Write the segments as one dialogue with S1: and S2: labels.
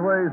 S1: plays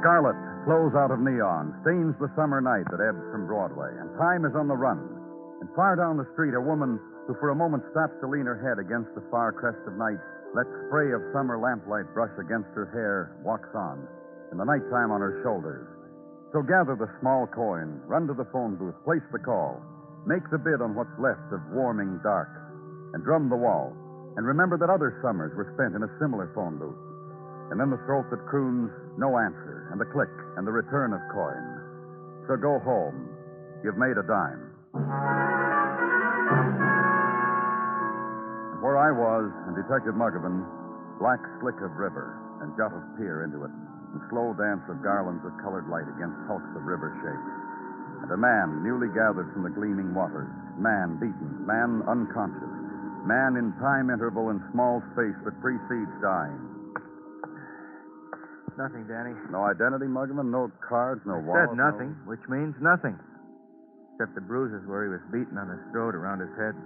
S1: Scarlet flows out of neon, stains the summer night that ebbs from Broadway, and time is on the run. And far down the street, a woman who for a moment stops to lean her head against the far crest of night, lets spray of summer lamplight brush against her hair, walks on, and the nighttime on her shoulders. So gather the small coin, run to the phone booth, place the call, make the bid on what's left of warming dark, and drum the wall. And remember that other summers were spent in a similar phone booth. And then the throat that croons, no answer, and the click, and the return of coin. So go home. You've made a dime. Where I was, and Detective Muggerman, black slick of river, and jut of pier into it, and slow dance of garlands of colored light against hulks of river shapes. And a man newly gathered from the gleaming waters, man beaten, man unconscious, man in time interval and small space that precedes dying.
S2: Nothing, Danny.
S1: No identity, Muggerman, no cards, no
S2: Said
S1: wallet. no-
S2: nothing, which means nothing. Except the bruises where he was beaten on his throat, around his head.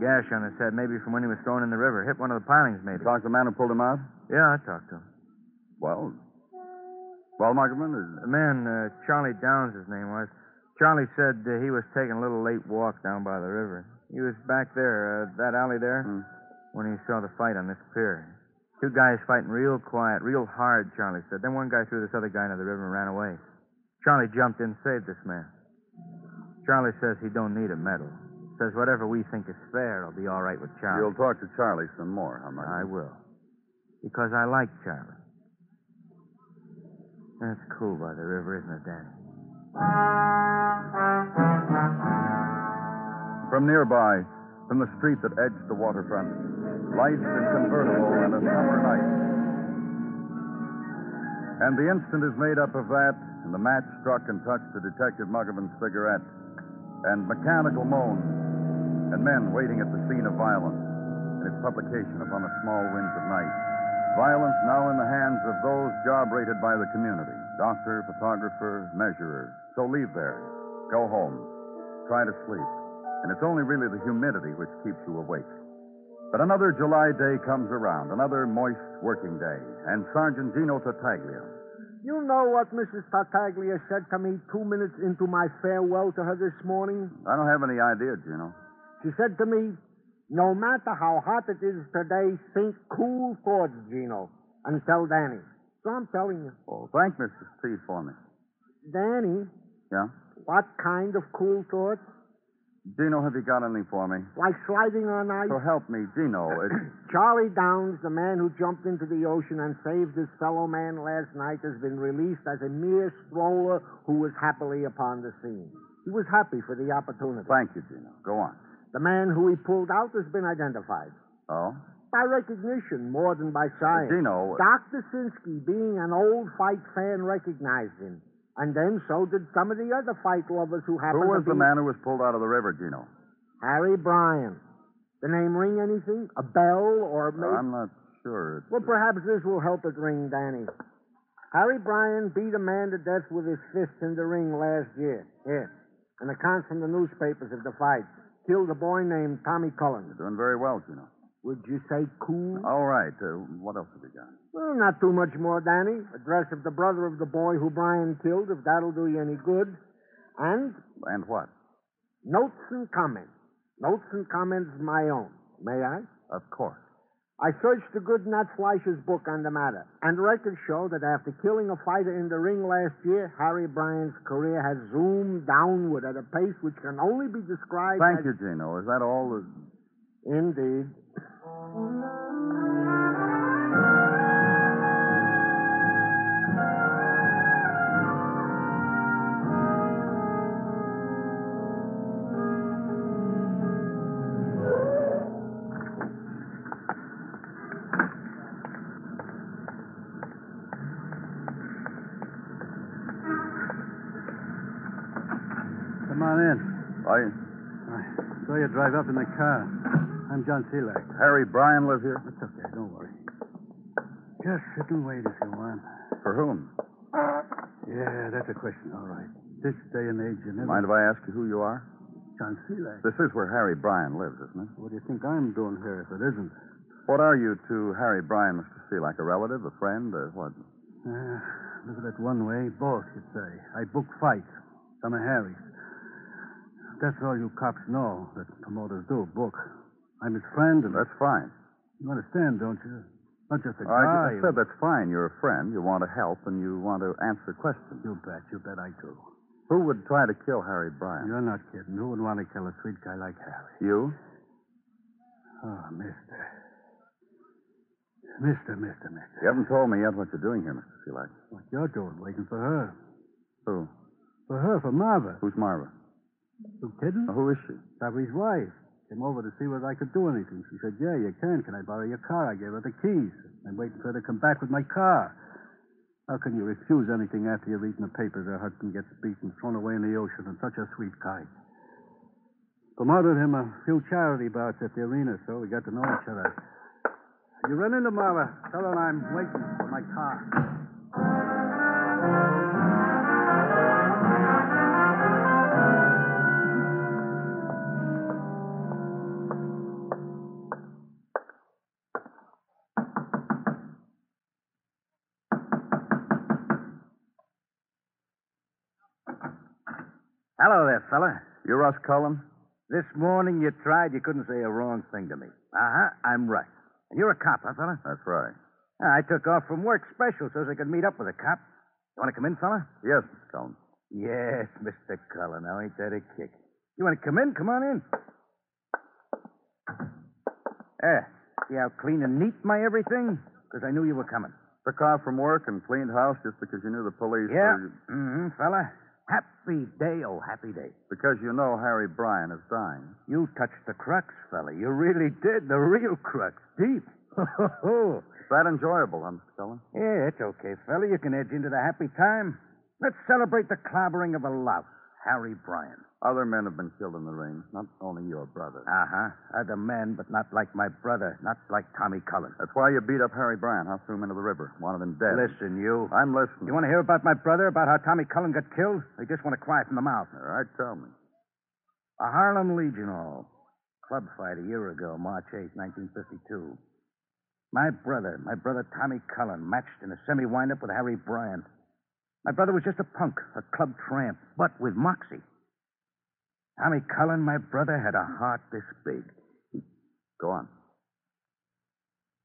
S2: Gash on his head, maybe from when he was thrown in the river. Hit one of the pilings,
S1: You
S2: maybe.
S1: talked to the man who pulled him out?
S2: Yeah, I talked to him.
S1: Well, well, Muggerman, is,
S2: The man, uh, Charlie Downs, his name was. Charlie said uh, he was taking a little late walk down by the river. He was back there, uh, that alley there,
S1: Hmm.
S2: when he saw the fight on this pier. Two guys fighting real quiet, real hard, Charlie said. Then one guy threw this other guy into the river and ran away. Charlie jumped in, saved this man. Charlie says he don't need a medal. Says whatever we think is fair, I'll be all right with Charlie.
S1: you'll talk to Charlie some more, huh, Muggerman?
S2: I will. Because I like Charlie. That's cool by the river, isn't it, Danny?
S1: From nearby, from the street that edged the waterfront, lights and convertible and a summer night. And the instant is made up of that, and the match struck and touched the Detective Muggerman's cigarette, and mechanical moans, and men waiting at the scene of violence, and its publication upon the small winds of night. Violence now in the hands of those job rated by the community doctor, photographer, measurer. So leave there. Go home. Try to sleep. And it's only really the humidity which keeps you awake. But another July day comes around, another moist working day, and Sergeant Gino Tartaglia.
S3: You know what Mrs. Tartaglia said to me two minutes into my farewell to her this morning?
S1: I don't have any idea, Gino.
S3: She said to me, No matter how hot it is today, think cool thoughts, Gino, and tell Danny. So I'm telling you,
S1: Oh, thank Mrs. T for me.
S3: Danny,
S1: Yeah?
S3: what kind of cool thoughts?
S1: Gino, have you got any for me?
S3: Like sliding on ice?
S1: So help me, Gino. It's...
S3: Charlie Downs, the man who jumped into the ocean and saved his fellow man last night, has been released as a mere stroller who was happily upon the scene. He was happy for the opportunity.
S1: Thank you, Gino. Go on.
S3: The man who he pulled out has been identified
S1: Oh?
S3: by recognition more than by science.
S1: Gino.
S3: Dr. Sinsky, being an old fight fan, recognized him. And then so did some of the other fight lovers who happened
S1: Who was
S3: to be
S1: the man who was pulled out of the river, Gino?
S3: Harry Bryan. The name ring anything? A bell or maybe
S1: I'm not sure. It's...
S3: Well, perhaps this will help it ring, Danny. Harry Bryan beat a man to death with his fist in the ring last year. Yes. An account from the newspapers of the fight. Killed a boy named Tommy Cullen.
S1: Doing very well, Gino.
S3: Would you say cool?
S1: All right. Uh, what else have you got?
S3: Well, not too much more, Danny. Address of the brother of the boy who Bryan killed, if that'll do you any good. And
S1: And what?
S3: notes and comments. Notes and comments of my own. May I?
S1: Of course.
S3: I searched the good Nat Fleischer's book on the matter, and records show that after killing a fighter in the ring last year, Harry Bryan's career has zoomed downward at a pace which can only be described
S1: Thank
S3: as...
S1: you, Gino. Is that all? The...
S3: Indeed.
S4: saw you drive up in the car. I'm John Selak.
S1: Harry Bryan live here?
S4: It's okay. Don't worry. Just sit and wait if you want.
S1: For whom?
S4: Yeah, that's a question. All right. This day and age, you never.
S1: Mind if I ask you who you are?
S4: John Selak.
S1: This is where Harry Bryan lives, isn't it?
S4: What do you think I'm doing here if it isn't?
S1: What are you to Harry Bryan, Mr. Selak? A relative, a friend, or what?
S4: Uh, look at it one way, both, you'd say. I book fights. I'm a Harry. That's all you cops know that promoters do, book. I'm his friend, and
S1: That's fine.
S4: you understand, don't you? Not just a
S1: All
S4: guy.
S1: right, I said that's fine. You're a friend. You want to help, and you want to answer questions.
S4: You bet, you bet I do.
S1: Who would try to kill Harry Bryan?
S4: You're not kidding. Who would want to kill a sweet guy like Harry?
S1: You?
S4: Oh, mister. Mister, mister, mister.
S1: You haven't told me yet what you're doing here, Mr. Selak.
S4: What you're doing, waiting for her.
S1: Who?
S4: For her, for Marva.
S1: Who's Marva?
S4: You kidding?
S1: Now, who is she?
S4: Fabry's wife. Came over to see whether I could do anything. She said, Yeah, you can. Can I borrow your car? I gave her the keys. I'm waiting for her to come back with my car. How can you refuse anything after you're reading the papers her husband gets beaten, thrown away in the ocean, and such a sweet guy? Promoted him a few charity bouts at the arena, so we got to know each other. You run into Mara. Tell her I'm waiting for my car.
S5: Hello there, fella.
S1: You Russ Cullen?
S5: This morning you tried, you couldn't say a wrong thing to me. Uh huh, I'm Russ. And you're a cop, huh, fella?
S1: That's right.
S5: Uh, I took off from work special so's I could meet up with a cop. You want to come in, fella?
S1: Yes, Mr. Cullen.
S5: Yes, Mr. Cullen. Now, ain't that a kick? You want to come in? Come on in. There. Eh, See how clean and neat my everything? Because I knew you were coming.
S1: Took off from work and cleaned house just because you knew the police.
S5: Yeah.
S1: were-
S5: Mm-hmm, fella. Happy day, oh, happy day.
S1: Because you know Harry Bryan is dying.
S5: You touched the crux, fella. You really did. The real crux. Deep.
S1: Is that enjoyable, huh, Mr. Cullen?
S5: yeah, it's okay, fella. You can edge into the happy time. Let's celebrate the clobbering of a louse, Harry Bryan.
S1: Other men have been killed in the ring, not only your brother.
S5: Uh huh. Other men, but not like my brother, not like Tommy Cullen.
S1: That's why you beat up Harry Bryan, huh? Threw him into the river. Wanted him dead.
S5: Listen, you.
S1: I'm listening.
S5: You want to hear about my brother, about how Tommy Cullen got killed? They just want to cry from the mouth.
S1: All right, tell me.
S5: A Harlem Legion Hall. Club fight a year ago, March 8, 1952. My brother, my brother Tommy Cullen, matched in a semi windup with Harry Bryant. My brother was just a punk, a club tramp, but with moxie. Tommy Cullen, my brother, had a heart this big.
S1: Go on.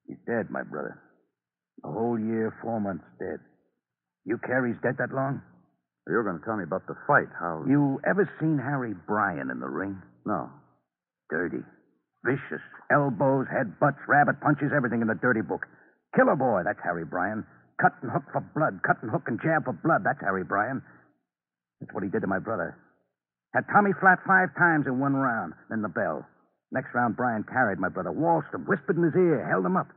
S5: He's dead, my brother. A whole year, four months dead. You care he's dead that long?
S1: You're going to tell me about the fight. How?
S5: You ever seen Harry Bryan in the ring?
S1: No.
S5: Dirty, vicious, elbows, headbutts, rabbit punches, everything in the dirty book. Killer boy, that's Harry Bryan. Cut and hook for blood, cut and hook and jab for blood, that's Harry Bryan. That's what he did to my brother. Had Tommy flat five times in one round, then the bell. Next round, Bryan carried my brother, waltzed him, whispered in his ear, held him up.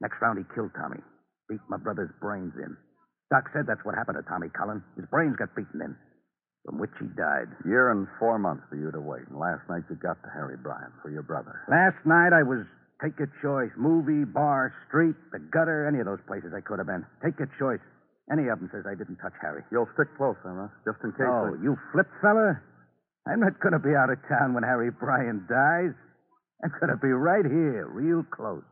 S5: Next round, he killed Tommy, beat my brother's brains in. Doc said that's what happened to Tommy Cullen. His brains got beaten in, from which he died.
S1: Year and four months for you to wait. And last night you got to Harry Bryan for your brother.
S5: Last night I was take your choice movie, bar, street, the gutter, any of those places I could have been. Take your choice. Any of them says I didn't touch Harry.
S1: You'll stick close, huh, Russ? Just in case.
S5: Oh,
S1: I-
S5: you flip fella? I'm not going to be out of town when Harry Bryan dies. I'm going to be right here, real close.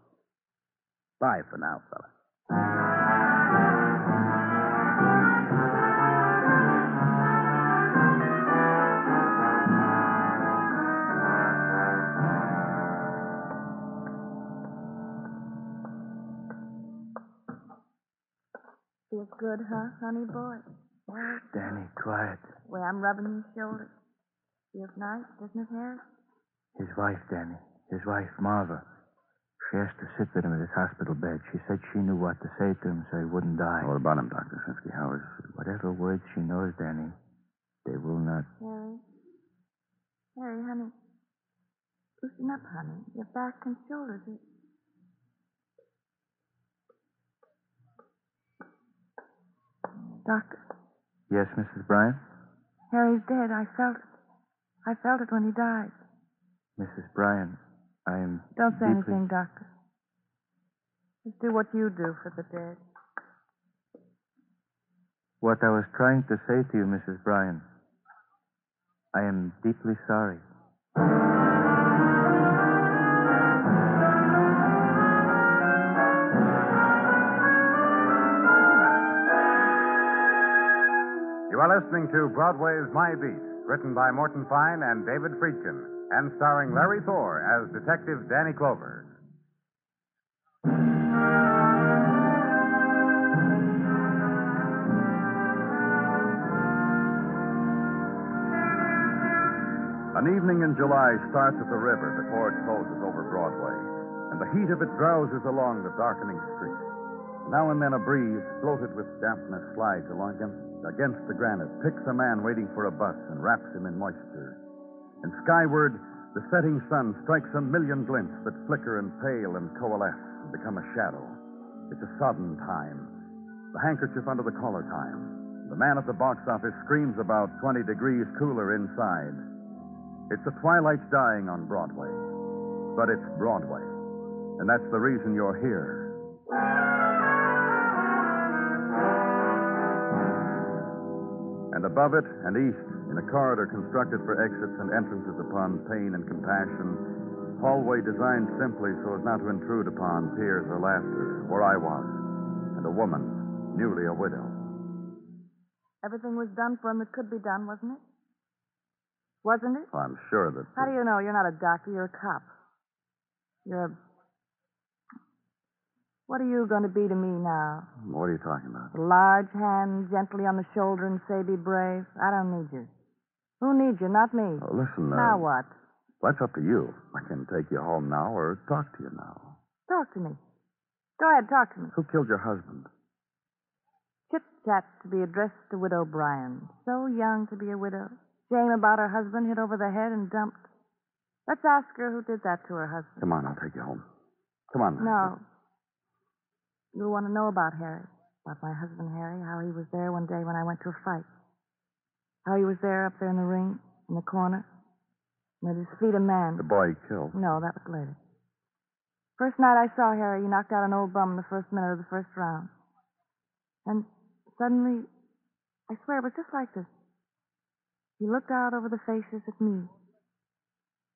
S5: Bye for now, fella.
S6: Feels good, huh, honey boy?
S2: Danny, quiet.
S6: Way I'm rubbing your shoulders. Feels nice, doesn't it, Harry?
S2: His wife, Danny. His wife, Marva. She has to sit with him at his hospital bed. She said she knew what to say to him so he wouldn't die.
S1: What about him, Dr. Sinsky? How is.
S2: Whatever words she knows, Danny, they will not.
S6: Harry. Harry, honey. Loosen up, honey. Your back and shoulders. It... Doctor,
S2: Yes, Mrs. Bryan?
S6: Harry's dead. I felt it. I felt it when he died.
S2: Mrs. Bryan, I am.
S6: Don't say
S2: deeply...
S6: anything, Doctor. Just do what you do for the dead.
S2: What I was trying to say to you, Mrs. Bryan, I am deeply sorry.
S1: You are listening to Broadway's My Beat, written by Morton Fine and David Friedkin, and starring Larry Thor as Detective Danny Clover. An evening in July starts at the river before it closes over Broadway, and the heat of it drowses along the darkening street. Now and then a breeze, floated with dampness, slides along him against the granite, picks a man waiting for a bus, and wraps him in moisture. And skyward, the setting sun strikes a million glints that flicker and pale and coalesce and become a shadow. It's a sodden time. The handkerchief under the collar time. The man at the box office screams about 20 degrees cooler inside. It's the twilight's dying on Broadway. But it's Broadway. And that's the reason you're here. And above it and east, in a corridor constructed for exits and entrances upon pain and compassion, hallway designed simply so as not to intrude upon tears or laughter, where I was, and a woman, newly a widow.
S6: Everything was done for him that could be done, wasn't it? Wasn't it?
S1: I'm sure that.
S6: How do you know? You're not a doctor. You're a cop. You're a. What are you going to be to me now?
S1: What are you talking about?
S6: A large hand gently on the shoulder and say, be brave? I don't need you. Who needs you? Not me.
S1: Oh, listen, uh,
S6: now what?
S1: That's up to you. I can take you home now or talk to you now.
S6: Talk to me. Go ahead, talk to me.
S1: Who killed your husband?
S6: Chit chat to be addressed to Widow Bryan. So young to be a widow. Shame about her husband hit over the head and dumped. Let's ask her who did that to her husband.
S1: Come on, I'll take you home. Come on.
S6: No. You want to know about Harry, about my husband Harry, how he was there one day when I went to a fight. How he was there up there in the ring, in the corner, and at his feet a man.
S1: The boy he killed.
S6: No, that was later. First night I saw Harry, he knocked out an old bum in the first minute of the first round. And suddenly, I swear it was just like this. He looked out over the faces at me.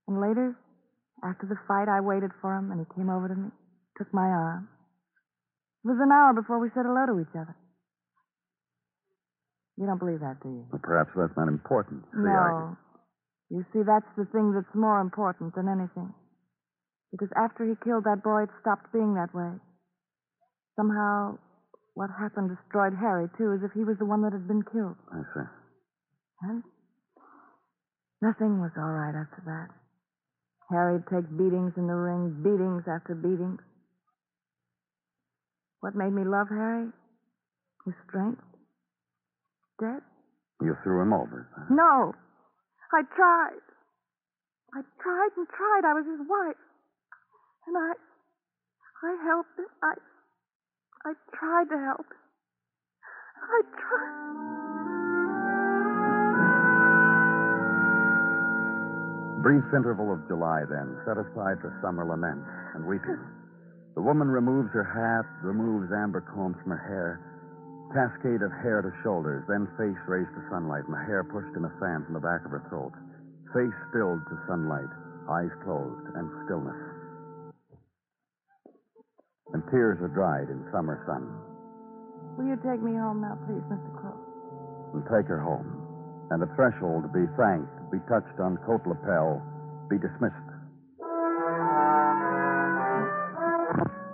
S6: And later, after the fight, I waited for him, and he came over to me, took my arm. It was an hour before we said hello to each other. You don't believe that, do you?
S1: Well, perhaps that's not important. See,
S6: no. You see, that's the thing that's more important than anything. Because after he killed that boy, it stopped being that way. Somehow, what happened destroyed Harry, too, as if he was the one that had been killed.
S1: I, I see.
S6: And Nothing was all right after that. Harry'd take beatings in the ring, beatings after beatings. What made me love Harry? His strength. Dead?
S1: You threw him over. Huh?
S6: No. I tried. I tried and tried. I was his wife. And I I helped him. I I tried to help. Him. I tried.
S1: Brief interval of July, then, set aside for summer lament and weeping. The woman removes her hat, removes amber combs from her hair, cascade of hair to shoulders, then face raised to sunlight, and the hair pushed in a fan from the back of her throat. Face stilled to sunlight, eyes closed, and stillness. And tears are dried in summer sun.
S6: Will you take me home now, please, Mr. Crook?
S1: And take her home and the threshold be thanked, be touched on coat lapel, be dismissed.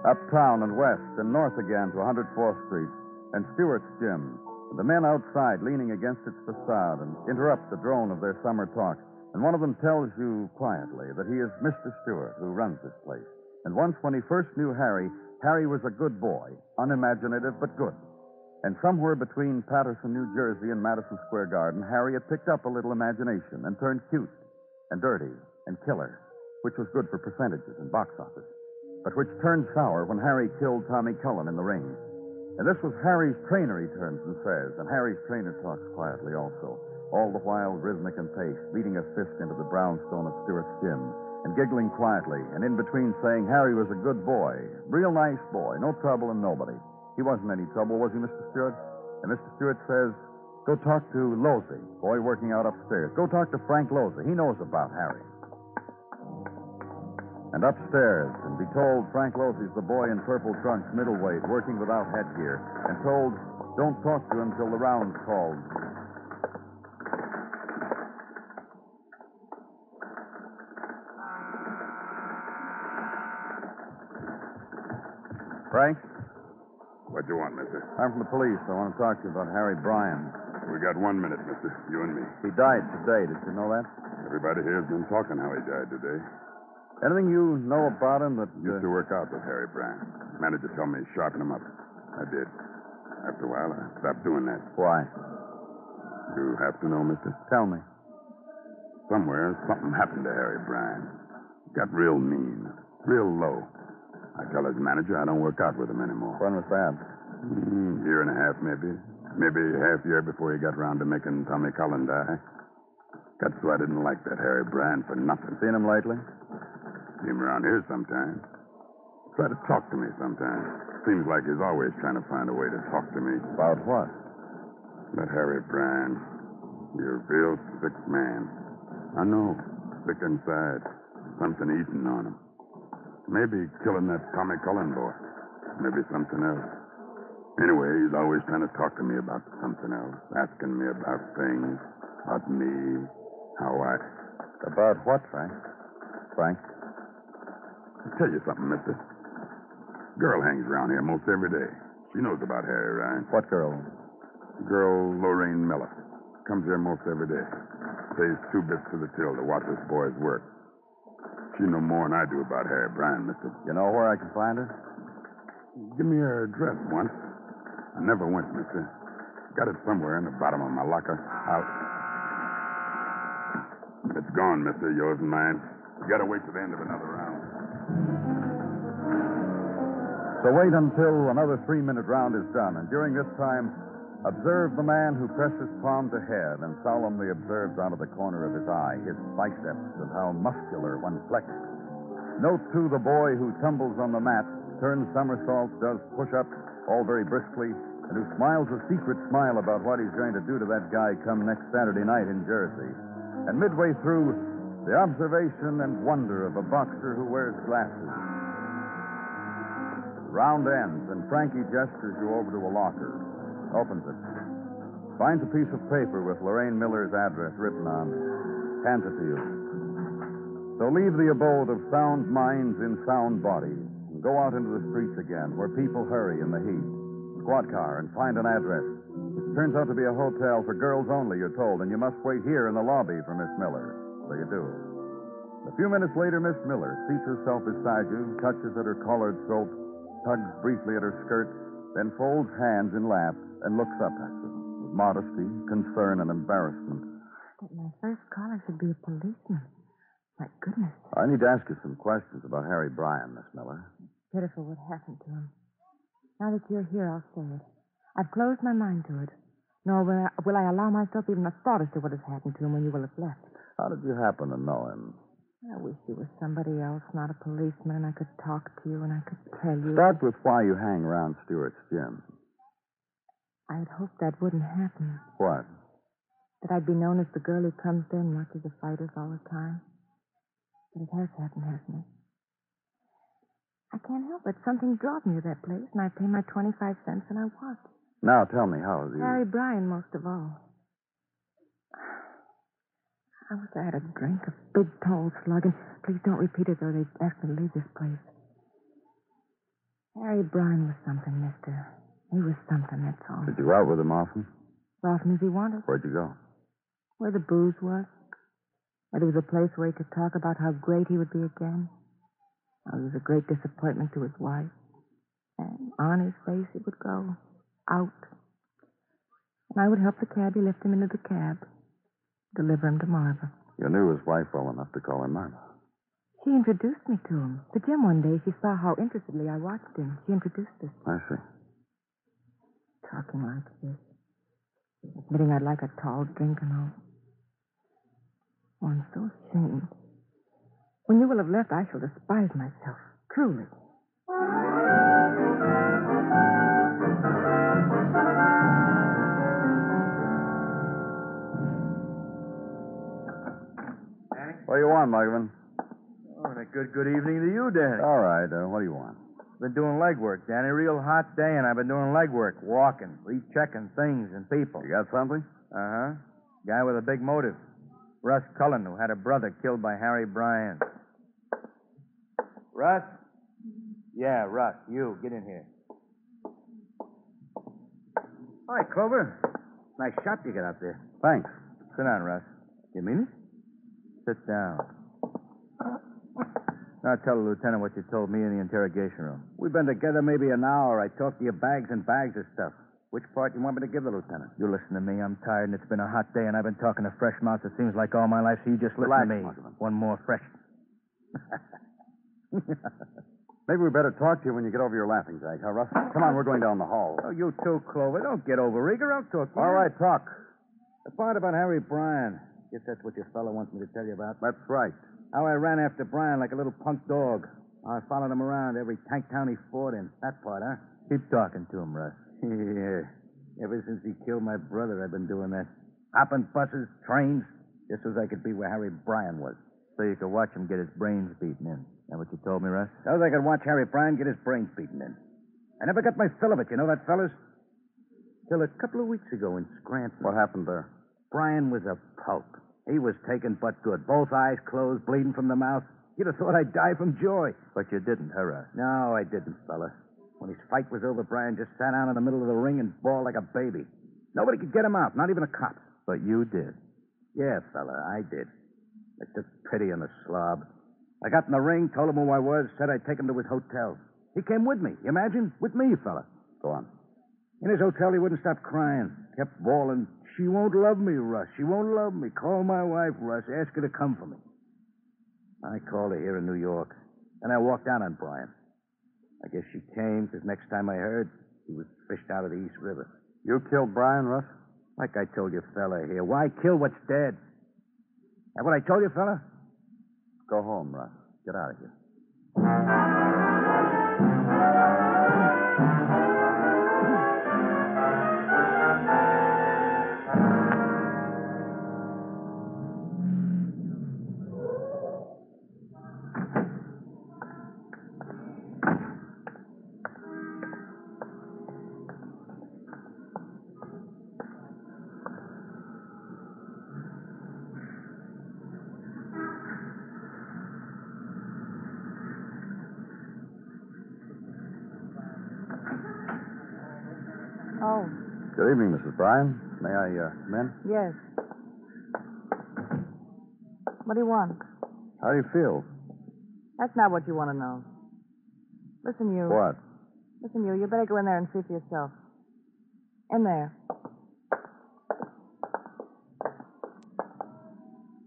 S1: Uptown and west and north again to 104th Street and Stewart's Gym. The men outside leaning against its facade and interrupt the drone of their summer talk. And one of them tells you quietly that he is Mr. Stewart, who runs this place. And once when he first knew Harry, Harry was a good boy, unimaginative but good. And somewhere between Paterson, New Jersey, and Madison Square Garden, Harry had picked up a little imagination and turned cute and dirty and killer, which was good for percentages and box office, but which turned sour when Harry killed Tommy Cullen in the ring. And this was Harry's trainer, he turns and says, and Harry's trainer talks quietly also, all the while rhythmic and paced, beating a fist into the brownstone of Stewart's gym, and giggling quietly, and in between saying Harry was a good boy, real nice boy, no trouble and nobody. He wasn't any trouble, was he, Mr. Stewart? And Mr. Stewart says, Go talk to Losey, boy working out upstairs. Go talk to Frank Losey. He knows about Harry. And upstairs, and be told Frank Losey's the boy in purple trunks, middleweight, working without headgear, and told, Don't talk to him till the round's called. Frank?
S7: What do you want, mister?
S1: I'm from the police. I want to talk to you about Harry Bryan.
S7: We got one minute, mister. You and me.
S1: He died today. Did you know that?
S7: Everybody here's been talking how he died today.
S1: Anything you know about him that. uh,
S7: Used to work out with Harry Bryan. Managed to tell me to sharpen him up. I did. After a while, I stopped doing that.
S1: Why?
S7: You have to know, mister.
S1: Tell me.
S7: Somewhere, something happened to Harry Bryan. Got real mean, real low. I tell his manager I don't work out with him anymore.
S1: When was that?
S7: Mm, year and a half, maybe. Maybe half year before he got round to making Tommy Cullen die. Got so I didn't like that Harry Bryan for nothing.
S1: Seen him lately?
S7: See him around here sometimes. Try to talk to me sometimes. Seems like he's always trying to find a way to talk to me.
S1: About what?
S7: That Harry Bryan. You're a real sick man. I know. Sick inside. Something eating on him. Maybe killing that Tommy Cullen boy. Maybe something else. Anyway, he's always trying to talk to me about something else, asking me about things, about me, how I.
S1: About what, Frank? Frank?
S7: I'll tell you something, mister. Girl hangs around here most every day. She knows about Harry Ryan.
S1: What girl?
S7: Girl Lorraine Miller. Comes here most every day. Pays two bits to the till to watch this boy's work. She know more than I do about Harry Bryan, mister.
S1: You know where I can find her?
S7: Give me her address once. I never went, mister. Got it somewhere in the bottom of my locker. Out. It's gone, mister, yours and mine. You gotta wait till the end of another round.
S1: So wait until another three minute round is done, and during this time, observe the man who presses palm to head and solemnly observes out of the corner of his eye his biceps and how muscular when flexed. Note, too, the boy who tumbles on the mat, turns somersaults, does push ups, all very briskly, and who smiles a secret smile about what he's going to do to that guy come next Saturday night in Jersey. And midway through, the observation and wonder of a boxer who wears glasses. Round ends, and Frankie gestures you over to a locker, opens it, finds a piece of paper with Lorraine Miller's address written on it, hands it to you. So leave the abode of sound minds in sound bodies and go out into the streets again where people hurry in the heat. Squad car and find an address. It turns out to be a hotel for girls only, you're told, and you must wait here in the lobby for Miss Miller. So you do. A few minutes later, Miss Miller seats herself beside you, touches at her collared throat, tugs briefly at her skirt, then folds hands in lap and looks up at you with modesty, concern, and embarrassment.
S8: But my first caller should be a policeman. My goodness,
S1: I need to ask you some questions about Harry Bryan, Miss Miller.
S8: pitiful what happened to him. Now that you're here, I'll say it. I've closed my mind to it. Nor will I, will I allow myself even a thought as to what has happened to him when you will have left.
S1: How did you happen to know him?
S8: I wish you were somebody else, not a policeman, and I could talk to you and I could tell you.
S1: Start with why you hang around Stewart's gym.
S8: I had hoped that wouldn't happen.
S1: What?
S8: That I'd be known as the girl who comes there and watches the fighters all the time. But it has happened, hasn't it? I can't help it. Something draws me to that place, and I pay my 25 cents and I watch.
S1: Now tell me how you.
S8: Harry Bryan, most of all. I wish I had a drink, a big, tall slug, and please don't repeat it, though they ask me to leave this place. Harry Bryan was something, mister. He was something, that's all.
S1: Did you go out with him often?
S8: As often as he wanted.
S1: Where'd you go?
S8: Where the booze was. Where there was a place where he could talk about how great he would be again. How he was a great disappointment to his wife. And on his face he would go. Out. And I would help the cabbie lift him into the cab. Deliver him to Marva.
S1: You knew his wife well enough to call him Marva.
S8: She introduced me to him. The gym one day, she saw how interestedly I watched him. She introduced us.
S1: I see.
S8: talking like this, admitting I'd like a tall drink and all. Oh, I'm so ashamed. When you will have left, I shall despise myself, truly.
S1: What do you want, Mugman?
S2: Oh, and a good, good evening to you, Danny.
S1: All right, uh, what do you want?
S2: Been doing legwork, Danny. Real hot day, and I've been doing legwork. Walking, rechecking things and people.
S1: You got something?
S2: Uh huh. Guy with a big motive. Russ Cullen, who had a brother killed by Harry Bryan. Russ? Yeah, Russ. You, get in here.
S5: Hi, Clover. Nice shot you got out there.
S1: Thanks.
S2: Sit down, Russ.
S5: You mean it?
S2: Sit down. Now tell the lieutenant what you told me in the interrogation room.
S5: We've been together maybe an hour. I talked to you bags and bags of stuff. Which part do you want me to give the lieutenant?
S2: You listen to me. I'm tired, and it's been a hot day, and I've been talking to fresh mouths, it seems like all my life, so you just listen
S5: Relax,
S2: to me.
S5: Markham.
S2: One more fresh.
S1: Maybe we better talk to you when you get over your laughing, Jack. Huh, Russ? Come on, we're going down the hall.
S5: Oh, you too, Clover. Don't get over eager. I'll talk to you.
S1: All right, talk.
S5: The part about Harry Bryan. Guess that's what your fellow wants me to tell you about.
S1: That's right.
S5: How I ran after Bryan like a little punk dog. I followed him around every tank town he fought in. That part, huh?
S2: Keep talking to him, Russ.
S5: Yeah. Ever since he killed my brother, I've been doing that. Hopping buses, trains, just as I could be where Harry Bryan was.
S2: So you could watch him get his brains beaten in. That what you told me, Russ?
S5: So as I could watch Harry Bryan get his brains beaten in. I never got my fill of it, you know that, fellas? Till a couple of weeks ago in Scranton.
S1: What happened there?
S5: Bryan was a pulp. He was taken but good. Both eyes closed, bleeding from the mouth. You'd have thought I'd die from joy.
S2: But you didn't, huh, Russ?
S5: No, I didn't, fella. When his fight was over, Bryan just sat down in the middle of the ring and bawled like a baby. Nobody could get him out, not even a cop.
S2: But you did.
S5: Yeah, fella, I did. I took pity on the slob. I got in the ring, told him who I was, said I'd take him to his hotel. He came with me. You Imagine? With me, fella.
S1: Go on.
S5: In his hotel, he wouldn't stop crying. Kept bawling. She won't love me, Russ. She won't love me. Call my wife, Russ. Ask her to come for me. I called her here in New York. Then I walked out on Brian. I guess she came, because next time I heard, he was fished out of the East River.
S1: You killed Brian, Russ?
S5: Like I told you, fella, here, why kill what's dead? That what I told you, fella?
S1: Go home, Russ. Get out of here.
S6: Oh,
S1: Good evening, Mrs. Bryan. May I uh, come in?
S6: yes. What do you want?
S1: How do you feel?
S6: That's not what you want to know. Listen, you.
S1: What?
S6: Listen, you. You better go in there and see for yourself. In there.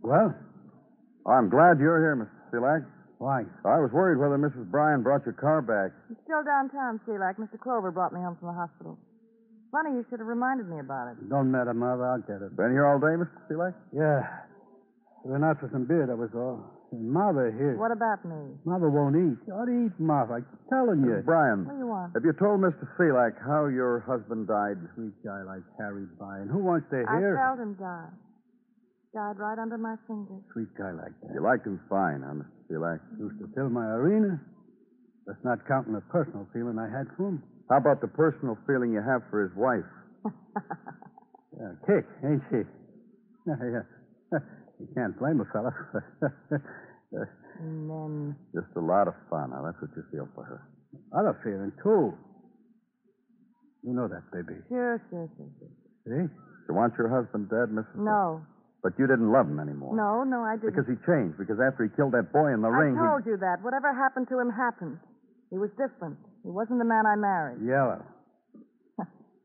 S4: Well,
S1: I'm glad you're here, Mr. Sealag.
S4: why?
S1: I was worried whether Mrs. Bryan brought your car back.
S6: It's still downtown, Seelak. Mr. Clover brought me home from the hospital. Funny, you should have reminded me about it.
S4: Don't matter, Mother. I'll get it.
S1: Been here all day, Mr. Sealag?
S4: Yeah. Went out for some beer, that was all. And Mother here.
S6: What about me?
S4: Mother won't eat. You ought to eat, Mother. I'm telling you.
S1: Mrs. Bryan,
S6: What do you want?
S1: have you told Mr. Sealag how your husband died?
S4: Sweet guy like Harry Bryan. Who wants to
S6: I
S4: hear?
S6: felt him die. Died right under my fingers.
S4: Sweet guy like that.
S1: You liked him fine, huh, Mr. Sealag?
S4: Used to fill my arena. That's not counting the personal feeling I had for him.
S1: How about the personal feeling you have for his wife?
S4: Yeah, kick, ain't she? yeah. you can't blame a fella.
S6: And then
S1: Just a lot of fun, huh? That's what you feel for her.
S4: Other feeling, too. You know that, baby.
S6: Sure, sure, sure, sure.
S4: See?
S1: You want your husband dead, Mrs.
S6: No,
S1: But you didn't love him anymore.
S6: no, no, I didn't.
S1: Because he changed. Because after he killed that boy in the
S6: I
S1: ring, he
S6: told you that. Whatever happened to him happened. He was different. He wasn't the man I married.
S4: Yellow.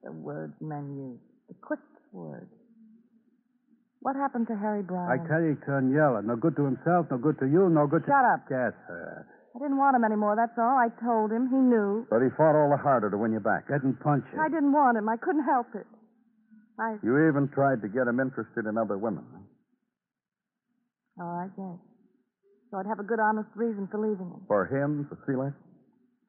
S6: The words men use. The quick words. What happened to Harry Brown?
S4: I tell you, he turned yellow. No good to himself, no good to you, no good to.
S6: Um, Shut up.
S4: Yes, sir.
S6: I didn't want him anymore, that's all. I told him. He knew.
S1: But he fought all the harder to win you back.
S4: Getting punchy.
S6: I didn't want him. I couldn't help it. I.
S1: You even tried to get him interested in other women.
S6: Oh, I guess. So so I'd have a good honest reason for leaving him.
S1: For him, for Sealing?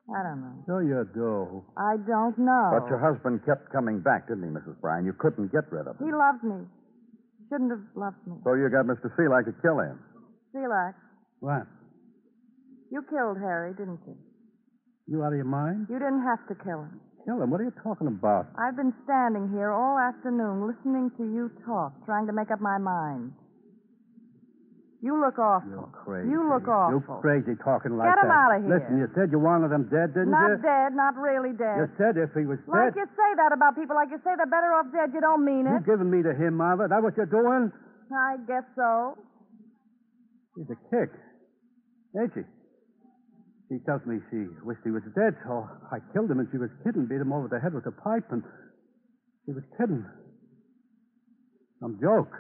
S6: I don't know.
S4: No, you do.
S6: I don't know.
S1: But your husband kept coming back, didn't he, Mrs. Bryan? You couldn't get rid of him.
S6: He loved me. Shouldn't have loved me.
S1: So you got Mr. Seelak to kill him.
S6: Selak,
S4: What?
S6: you killed Harry, didn't you?
S4: You out of your mind?
S6: You didn't have to kill him.
S4: Kill him. What are you talking about?
S6: I've been standing here all afternoon listening to you talk, trying to make up my mind. You look awful.
S4: You're crazy.
S6: You look
S4: You
S6: awful.
S4: crazy talking like
S6: Get
S4: that.
S6: him outta here.
S4: Listen, you said you wanted him dead, didn't you?
S6: not dead, not really
S4: You
S6: dead.
S4: said if he was
S6: like
S4: dead.
S6: you say that about people, like you say they're better off dead, you don't mean
S4: You
S6: it.
S4: giving me to him, Marva? That what you're doing?
S6: I guess so.
S4: She's a kick, ain't she? She tells me she wished he was dead, so I killed him, and she was kidding. Beat him over the head with a pipe, and she was kidding. Some joke.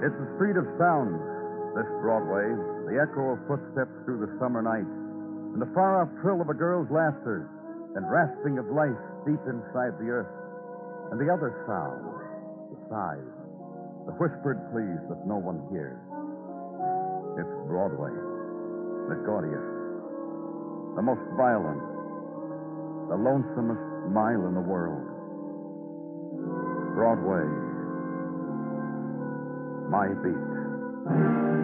S1: It's a street of sound, this Broadway, the echo of footsteps through the summer night, and the far off trill of a girl's laughter, and rasping of life deep inside the earth, and the other sound, the sighs, the whispered pleas that no one hears. It's Broadway, the gaudiest, the most violent, the lonesomest mile in the world. Broadway, my beat.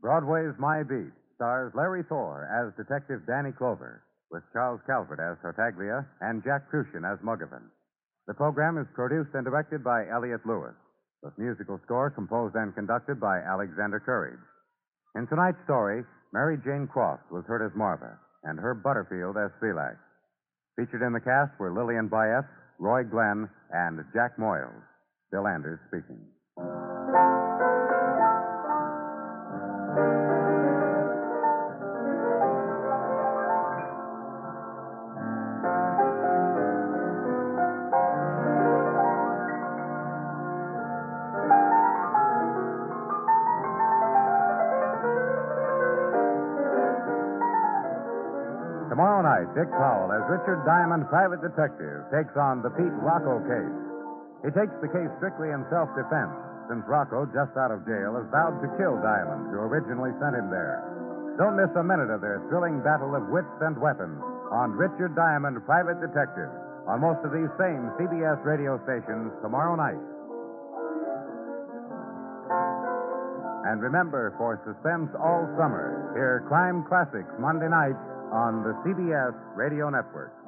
S9: Broadway's My Beat stars Larry Thor as Detective Danny Clover, with Charles Calvert as Tartaglia and Jack Crucian as Mugovan. The program is produced and directed by Elliot Lewis, with musical score composed and conducted by Alexander Courage. In tonight's story, Mary Jane Croft was heard as Marva and Herb Butterfield as Felix. Featured in the cast were Lillian Baez, Roy Glenn, and Jack Moyles. Bill Anders speaking. Tomorrow night, Dick Powell, as Richard Diamond, private detective, takes on the Pete Rocco case. He takes the case strictly in self defense, since Rocco, just out of jail, has vowed to kill Diamond, who originally sent him there. Don't miss a minute of their thrilling battle of wits and weapons on Richard Diamond, private detective, on most of these same CBS radio stations tomorrow night. And remember, for suspense all summer, hear Crime Classics Monday night on the CBS Radio Network.